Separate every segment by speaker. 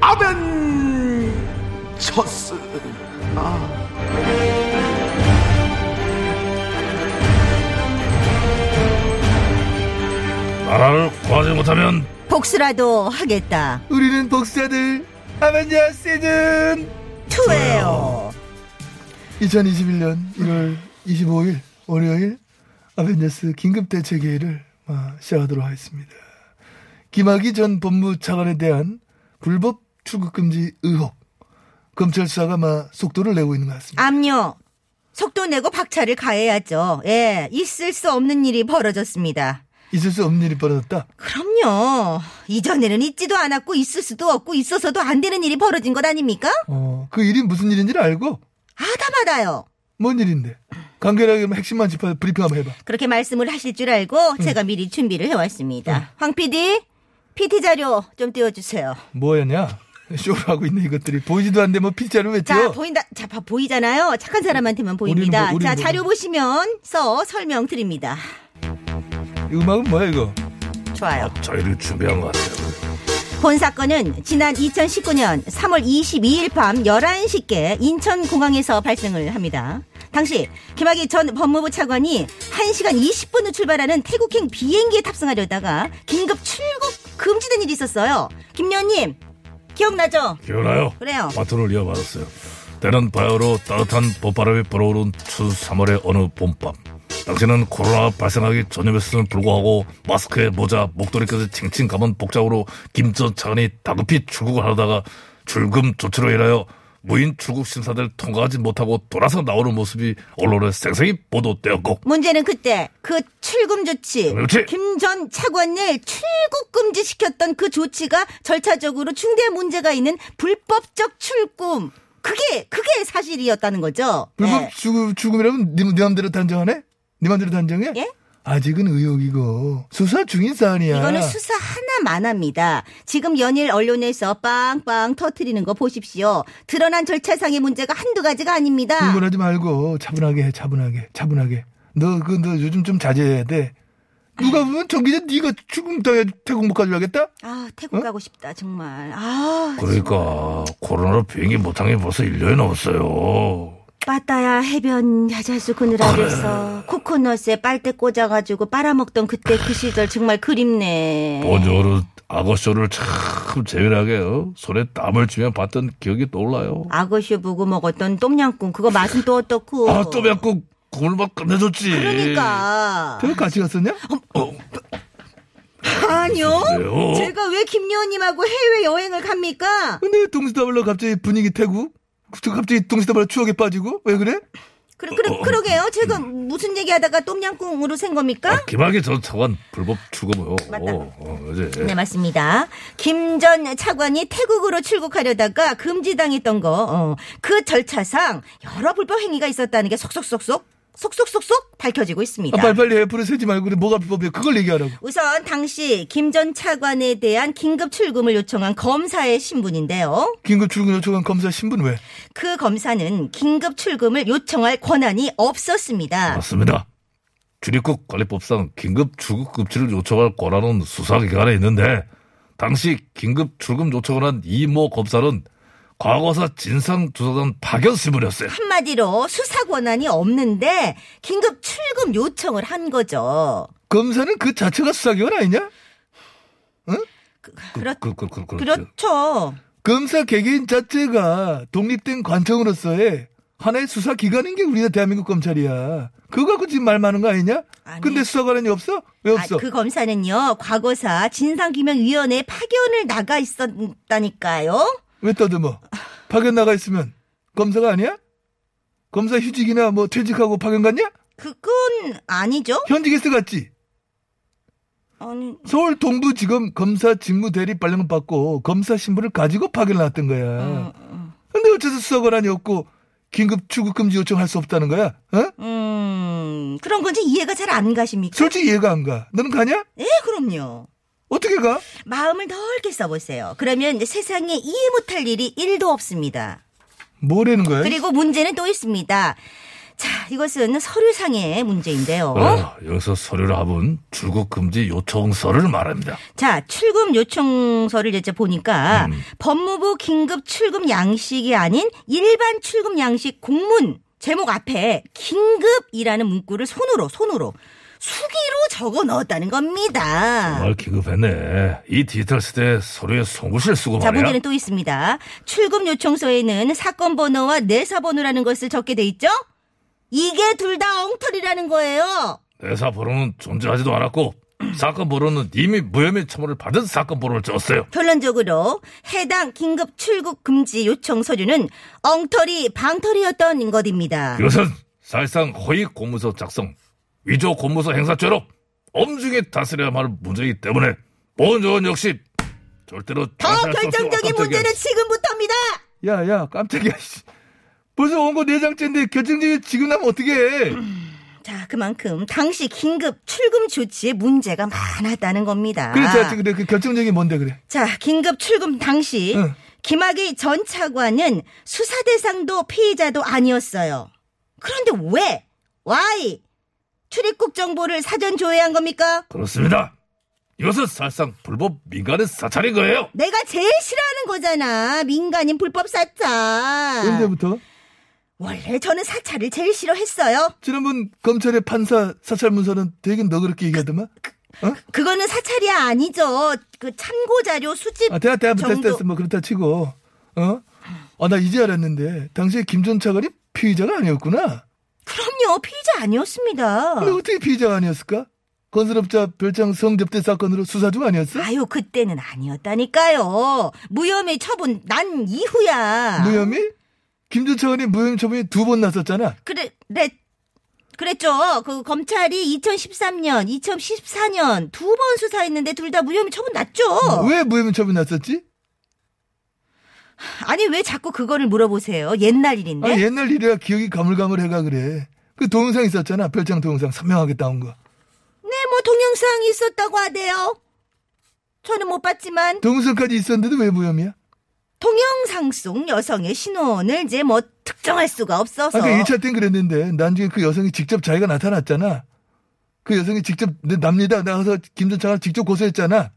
Speaker 1: 아벤 쳤스.
Speaker 2: 나라를 구하지 못하면
Speaker 3: 복수라도 하겠다.
Speaker 4: 우리는 복사들 아벤자 시즌
Speaker 3: 투웨어.
Speaker 4: 2021년 1월 25일 월요일 아벤자스 긴급대책회의를 아, 시작하도록 하겠습니다. 김학의 전 법무 차관에 대한 불법 출국금지 의혹 검찰 수사가 막 속도를 내고 있는 것 같습니다.
Speaker 3: 압류. 속도 내고 박차를 가해야죠. 예, 있을 수 없는 일이 벌어졌습니다.
Speaker 4: 있을 수 없는 일이 벌어졌다.
Speaker 3: 그럼요. 이전에는 있지도 않았고 있을 수도 없고 있어서도 안 되는 일이 벌어진 것 아닙니까?
Speaker 4: 어, 그 일이 무슨 일인지를 알고
Speaker 3: 아다마다요.
Speaker 4: 뭔 일인데 간결하게 뭐 핵심만 짚어 브리핑 한번 해봐.
Speaker 3: 그렇게 말씀을 하실 줄 알고
Speaker 4: 음.
Speaker 3: 제가 미리 준비를 해왔습니다. 황 PD, PT 자료 좀 띄워주세요.
Speaker 4: 뭐였냐? 쇼를 하고 있는 이것들이 보이지도 않는데 뭐 피자를 왜
Speaker 3: 자,
Speaker 4: 띄워?
Speaker 3: 보인다. 자, 봐, 보이잖아요. 착한 사람한테만 보입니다.
Speaker 4: 우리는 뭐, 우리는
Speaker 3: 자,
Speaker 4: 뭐.
Speaker 3: 자료 보시면 써 설명드립니다.
Speaker 4: 이 음악은 뭐야 이거?
Speaker 3: 좋아요.
Speaker 2: 저희를 준비한 것 같아요.
Speaker 3: 본 사건은 지난 2019년 3월 22일 밤 11시께 인천공항에서 발생을 합니다. 당시 김학의 전 법무부 차관이 1시간 20분 후 출발하는 태국행 비행기에 탑승하려다가 긴급 출국 금지된 일이 있었어요. 김연님 기억나죠?
Speaker 2: 기억나요?
Speaker 3: 그래요.
Speaker 2: 마트를 이어받았어요. 때는 바야흐로 따뜻한 봄바람이 불어오른 추 3월의 어느 봄밤. 당시는 코로나 발생하기 전이었음에도 불구하고 마스크에 모자, 목도리까지 칭칭 감은 복장으로 김 전 차관이 다급히 출국을 하다가 출금 조치로 인하여 무인 출국 심사를 통과하지 못하고 돌아서 나오는 모습이 언론에 생생히 보도되었고
Speaker 3: 문제는 그때 그 출금 조치,
Speaker 2: 그렇지.
Speaker 3: 김 전 차관을 출국 금지시켰던 그 조치가 절차적으로 중대 문제가 있는 불법적 출금. 그게 그게 사실이었다는 거죠.
Speaker 4: 불법
Speaker 3: 네.
Speaker 4: 죽음, 죽음이라면 네, 네 맘대로 단정하네? 네 맘대로 단정해?
Speaker 3: 예?
Speaker 4: 아직은 의혹이고 수사 중인 사안이야.
Speaker 2: 네.
Speaker 3: 이거는 수사 하나만 합니다. 지금 연일 언론에서 빵빵 터트리는 거 보십시오. 드러난 절차상의 문제가 한두 가지가 아닙니다.
Speaker 4: 분분하지 말고 차분하게 해 차분하게 차분하게. 너 그 너 요즘 좀 자제해야 돼. 누가 보면 정기자 네가 죽음 당해 태국 못 가져가겠다?
Speaker 3: 아
Speaker 2: 어?
Speaker 3: 태국 가고 싶다 정말. 아
Speaker 2: 그러니까 코로나로 비행기 못한 게 벌써 1년이 넘었어요.
Speaker 3: 빠따야 해변 야자수 그늘 아래서 코코넛에 빨대 꽂아가지고 빨아먹던 그때 그 시절 정말 그립네.
Speaker 2: 본적으로 악어쇼를 참 재미나게 어? 손에 땀을 쥐며 봤던 기억이 떠올라요.
Speaker 3: 아거쇼 보고 먹었던 똠양꿍 그거 맛은 또 어떻고?
Speaker 2: 아, 또몇국 국물 막 끝내줬지.
Speaker 3: 그러니까.
Speaker 4: 태국 같이 갔었냐?
Speaker 3: 아니요.
Speaker 2: 그래요?
Speaker 3: 제가 왜 김여원님하고 해외 여행을 갑니까?
Speaker 4: 근데 동시다발로 갑자기 분위기 태국? 저 갑자기 동시다발로 추억에 빠지고 왜 그래?
Speaker 3: 그러,
Speaker 2: 어,
Speaker 3: 그러, 그러게요. 제가 무슨 얘기하다가 똠양꿍으로 센 겁니까?
Speaker 2: 아, 김학의 전 차관 불법 추금요.
Speaker 3: 맞다.
Speaker 2: 어, 어, 그지?
Speaker 3: 네, 맞습니다. 김 전 차관이 태국으로 출국하려다가 금지당했던 거, 어, 그 절차상 여러 불법 행위가 있었다는 게 속속속속, 속속속속 밝혀지고
Speaker 4: 아,
Speaker 3: 있습니다.
Speaker 4: 빨리빨리 애플을 세지 말고 그래 뭐가 불법이야 그걸 얘기하라고.
Speaker 3: 우선 당시 김 전 차관에 대한 긴급 출금을 요청한 검사의 신분인데요.
Speaker 4: 긴급 출근 요청한 검사 신분 왜?
Speaker 3: 그 검사는 긴급 출금을 요청할 권한이 없었습니다.
Speaker 2: 맞습니다. 출입국 관리법상 긴급 출국 금지를 요청할 권한은 수사기관에 있는데 당시 긴급 출금 요청을 한 이모 검사는 과거사 진상조사단 파견 신분이었어요.
Speaker 3: 한마디로 수사 권한이 없는데 긴급 출금 요청을 한 거죠.
Speaker 4: 검사는 그 자체가 수사기관 아니냐?
Speaker 3: 그렇,
Speaker 2: 그, 그, 그, 그, 그렇죠.
Speaker 3: 그렇죠.
Speaker 4: 검사 개개인 자체가 독립된 관청으로서의 하나의 수사 기관인 게 우리나라 대한민국 검찰이야. 그거 갖고 지금 말 많은 거 아니냐?
Speaker 3: 아니.
Speaker 4: 근데 수사관이 없어? 왜 없어?
Speaker 3: 아, 그 검사는요, 과거사 진상규명위원회 파견을 나가 있었다니까요.
Speaker 4: 왜 떠듬어? 파견 나가 있으면 검사가 아니야? 검사 휴직이나 뭐 퇴직하고 파견 갔냐?
Speaker 3: 그건 아니죠.
Speaker 4: 현직에서 갔지?
Speaker 3: 아니,
Speaker 4: 서울 동부지검 검사 직무 대리 발령을 받고 검사 신분을 가지고 파견을 났던
Speaker 3: 어,
Speaker 4: 거야. 근데 어째서 수사권한이 없고 긴급 출국금지 요청할 수 없다는 거야? 어?
Speaker 3: 음, 그런 건지 이해가 잘 안 가십니까?
Speaker 4: 솔직히 이해가 안 가. 너는 가냐?
Speaker 3: 예, 그럼요.
Speaker 4: 어떻게 가?
Speaker 3: 마음을 넓게 써보세요. 그러면 세상에 이해 못할 일이 1도 없습니다.
Speaker 4: 뭐라는 거야?
Speaker 3: 그리고 문제는 또 있습니다. 자, 이것은 서류상의 문제인데요.
Speaker 4: 네.
Speaker 2: 아, 여기서 서류를 합은 출국 금지 요청서를 말합니다.
Speaker 3: 자, 출금 요청서를 이제 보니까
Speaker 2: 음.
Speaker 3: 법무부 긴급 출금 양식이 아닌 일반 출금 양식 공문 제목 앞에 긴급이라는 문구를 손으로 손으로 수기로 적어 넣었다는 겁니다.
Speaker 2: 정말 긴급했네. 이 디지털 시대에 서류에 송구실 쓰고
Speaker 3: 자,
Speaker 2: 말이야.
Speaker 3: 문제는 또 있습니다. 출금 요청서에는 사건 번호와 내사 번호라는 것을 적게 돼 있죠? 이게 둘 다 엉터리라는 거예요.
Speaker 2: 내사 번호는 존재하지도 않았고 사건 번호는 이미 무혐의 처분을 받은 사건 번호를 적었어요.
Speaker 3: 결론적으로 해당 긴급 출국 금지 요청 서류는 엉터리 방털이었던 것입니다.
Speaker 2: 이것은 사실상 허위 공문서 작성, 위조 공문서 행사죄로 엄중히 다스려야할 문제이기 때문에 본조원 역시 절대로
Speaker 4: 아,
Speaker 3: 더 결정적인 문제는 지금부터입니다.
Speaker 4: 야, 야, 깜짝이야. 씨. 벌써 원고 4장째인데 결정적인 지금 나면 어떻게 해?
Speaker 3: 자, 그만큼 당시 긴급 출금 조치에 문제가 많았다는 겁니다.
Speaker 4: 그래, 자, 그래, 그 결정적인 뭔데 그래?
Speaker 3: 자, 긴급 출금 당시
Speaker 4: 응.
Speaker 3: 김학의 전 차관은 수사 대상도 피해자도 아니었어요. 그런데 왜? Why? 출입국 정보를 사전 조회한 겁니까?
Speaker 2: 그렇습니다. 이것은 사실상 불법 민간의 사찰인 거예요.
Speaker 3: 내가 제일 싫어하는 거잖아. 민간인 불법 사찰.
Speaker 4: 언제부터?
Speaker 3: 원래 저는 사찰을 제일 싫어했어요.
Speaker 4: 지난번 검찰의 판사 사찰 문서는 되게 너그럽게 얘기하더만.
Speaker 3: 그거는 사찰이 아니죠. 그 참고 자료 수집
Speaker 4: 아, 대화, 대화, 됐어,
Speaker 3: 그 정도.
Speaker 4: 됐어. 뭐, 그렇다 치고. 어? 아, 나 이제 알았는데. 당시에 김 전 차관이 피의자가
Speaker 3: 어.
Speaker 4: 아니었구나.
Speaker 3: 그럼요. 피의자 아니었습니다.
Speaker 4: 근데 어떻게 피의자가 아니었을까? 건설업자 별장 성접대 사건으로 수사 중 아니었어?
Speaker 3: 아유, 그때는 아니었다니까요. 무혐의 처분 난 이후야.
Speaker 4: 무혐의? 김 전 차관이 무혐의 처분이 두 번 났었잖아.
Speaker 3: 그래, 네. 그랬죠. 그 검찰이 2013년, 2014년 두 번 수사했는데 둘 다 무혐의 처분 났죠.
Speaker 4: 왜 무혐의 처분이 났었지?
Speaker 3: 아니 왜 자꾸 그거를 물어보세요? 옛날 일인데.
Speaker 4: 아, 옛날 일이라 기억이 가물가물해가 그래. 그 동영상 있었잖아. 별장 동영상 선명하게 나온 거.
Speaker 3: 네, 뭐 동영상이 있었다고 하대요. 저는 못 봤지만
Speaker 4: 동영상까지 있었는데도 왜 무혐의야?
Speaker 3: 동영상 속 여성의 신원을 이제 뭐 특정할 수가 없어서.
Speaker 4: 아까 그 1차 땐 그랬는데 나중에 그 여성이 직접 자기가 나타났잖아. 그 여성이 직접 내- 납니다. 나가서 김전창을 직접 고소했잖아.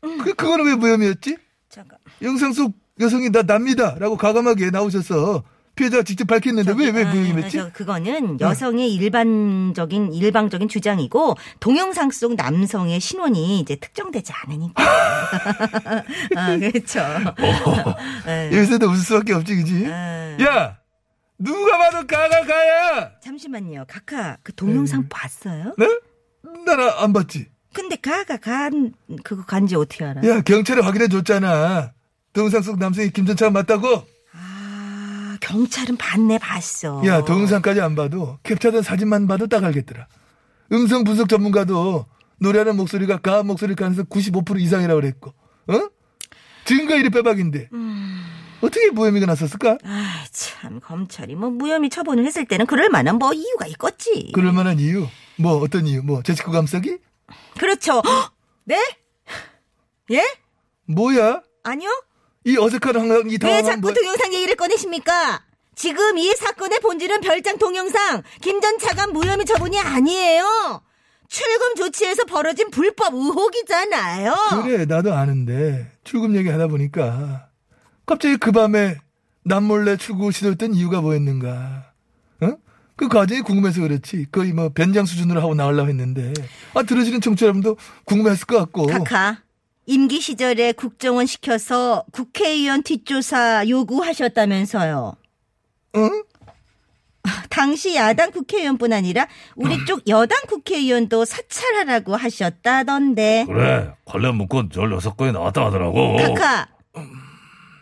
Speaker 4: 그 그거는 왜 무혐의였지?
Speaker 3: 잠깐.
Speaker 4: 영상 속 여성이 나 납니다라고 과감하게 나오셔서 피해자가 직접 밝혔는데 왜 왜
Speaker 3: 아,
Speaker 4: 무혐의였지? 네.
Speaker 3: 저 그거는 여성의 일반적인 일방적인 주장이고 동영상 속 남성의 신원이 이제 특정되지 않으니까. 아, 그렇죠.
Speaker 4: 어.
Speaker 3: 예.
Speaker 4: 여기서도 웃을 수밖에 없지, 그지?
Speaker 3: 아,
Speaker 4: 야, 누가 봐도 가가가야.
Speaker 3: 잠시만요. 카카 그 동영상 봤어요?
Speaker 4: 네? 나안 봤지.
Speaker 3: 근데 가가 간 그거 간지 어떻게 알아?
Speaker 4: 야, 경찰에 확인해 줬잖아. 동영상 속 남성이 김전창 맞다고?
Speaker 3: 아, 경찰은 봤네 봤어.
Speaker 4: 야, 동영상까지 안 봐도 캡처된 사진만 봐도 딱 알겠더라. 음성 분석 전문가도 노래하는 목소리가 가한 목소리 가능성 95% 이상이라고 그랬고, 어? 증거 일이 빼박인데 어떻게 무혐의가 났었을까?
Speaker 3: 음. 아, 참 검찰이 뭐 무혐의 처분을 했을 때는 그럴 만한 뭐 이유가 있겠지.
Speaker 4: 그럴 만한 이유? 뭐 어떤 이유? 뭐 재직구 감싸기?
Speaker 3: 렇죠 네? 예?
Speaker 4: 뭐야?
Speaker 3: 아니요?
Speaker 4: 이 어색한 황당, 이
Speaker 3: 왜
Speaker 4: 당황한
Speaker 3: 네, 자꾸
Speaker 4: 뭐-
Speaker 3: 그 동영상 얘기를 꺼내십니까? 지금 이 사건의 본질은 별장 동영상 김 전 차관 무혐의 처분이 아니에요. 출금 조치에서 벌어진 불법 의혹이잖아요.
Speaker 4: 그래 나도 아는데 출금 얘기하다 보니까 갑자기 그 밤에 남몰래 출국 시도했던 이유가 뭐였는가 응? 그 과정이 궁금해서 그렇지 거의 뭐 변장 수준으로 하고 나오려고 했는데 아 들으시는 청취자 여러분도 궁금했을 것 같고
Speaker 3: 카카 임기 시절에 국정원 시켜서 국회의원 뒷조사 요구하셨다면서요.
Speaker 4: 응?
Speaker 3: 당시 야당 국회의원뿐 아니라 우리 쪽 여당 국회의원도 사찰하라고 하셨다던데.
Speaker 2: 그래, 관련 문건 16건이 나왔다 하더라고.
Speaker 3: 카카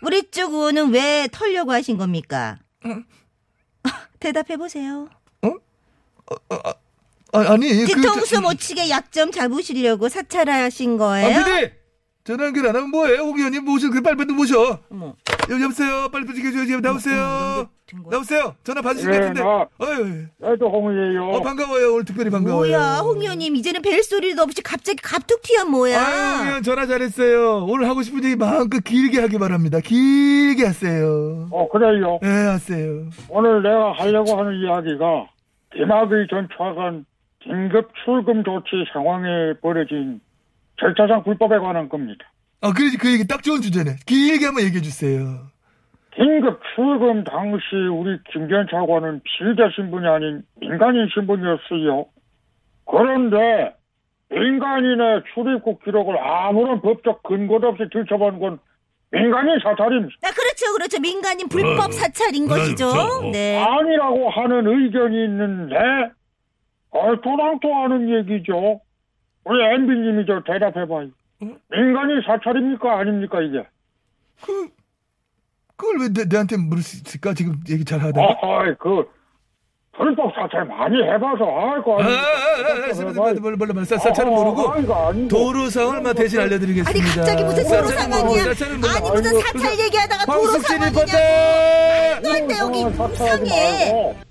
Speaker 3: 우리 쪽 의원은 왜 털려고 하신 겁니까? 대답해 보세요.
Speaker 4: 아, 아니 그
Speaker 3: 뒤통수
Speaker 4: 저-
Speaker 3: 못 치게 약점 잡으시려고 사찰하신
Speaker 4: 아,
Speaker 3: 거예요?
Speaker 4: PD! 전화 연결 안 하면 뭐예요? 홍 의원님 모셔. 그래, 빨리 빨리 모셔.
Speaker 3: 어머.
Speaker 4: 여, 여보세요? 빨리 부지켜줘야지. 나오세요.
Speaker 3: 된 거야?
Speaker 4: 나오세요. 전화 받으신 것
Speaker 5: 네,
Speaker 4: 같은데.
Speaker 5: 나-
Speaker 4: 어휴,
Speaker 5: 애도 홍이에요.
Speaker 4: 어, 반가워요. 오늘 특별히 반가워요.
Speaker 3: 뭐야, 홍 의원님 이제는 벨 소리도 없이 갑자기 갑툭튀야 뭐야?
Speaker 4: 아유, 의원 전화 잘했어요. 오늘 하고 싶은 얘기 마음껏 길게 하기 바랍니다. 길게 하세요.
Speaker 5: 어, 그래요.
Speaker 4: 예, 하세요.
Speaker 5: 오늘 내가 하려고 하는 이야기가 김학의 전 차관 긴급 출금 조치 상황에 벌어진 절차상 불법에 관한 겁니다.
Speaker 4: 아, 그러지. 그 얘기 딱 좋은 주제네. 길게 한번 얘기해 주세요.
Speaker 5: 긴급 출금 당시 우리 김전 차관은 피의자 신분이 아닌 민간인 신분이었어요. 그런데 민간인의 출입국 기록을 아무런 법적 근거도 없이 들춰보는 건 민간인 사찰입니다.
Speaker 3: 아, 그렇죠, 그렇죠. 민간인 불법
Speaker 2: 네.
Speaker 3: 사찰인
Speaker 2: 네,
Speaker 3: 것이죠.
Speaker 2: 그렇죠.
Speaker 5: 어.
Speaker 3: 네.
Speaker 5: 아니라고 하는 의견이 있는데 얼토당토하는 얘기죠. 우리 엠비님이 저 대답해봐요. 민간인 사찰입니까 아닙니까 이게?
Speaker 4: 그, 그걸 왜 내, 내한테 물을 수 있을까? 지금 얘기 잘 하다가.
Speaker 5: 아이 그 불법 사찰 많이 해봐서 아이고
Speaker 4: 아, 아,
Speaker 5: 아이고.
Speaker 4: 아, 아,
Speaker 5: 대답해봐요.
Speaker 4: 몰라, 몰라, 몰라. 사- 사찰은 모르고.
Speaker 5: 아, 이거 아니고.
Speaker 4: 도루상을 마 대신 알려드리겠습니다.
Speaker 3: 아니, 갑자기 무슨 도로
Speaker 4: 사찰은
Speaker 3: 상황이야.
Speaker 4: 모르고, 사찰은 모르고.
Speaker 3: 아니, 무슨
Speaker 4: 아이고,
Speaker 3: 사찰 얘기하다가 도로
Speaker 4: 황숙진
Speaker 3: 상황이냐.
Speaker 4: 리포터!
Speaker 3: 또 한데 여기
Speaker 5: 사찰하지
Speaker 3: 이상해.
Speaker 5: 말고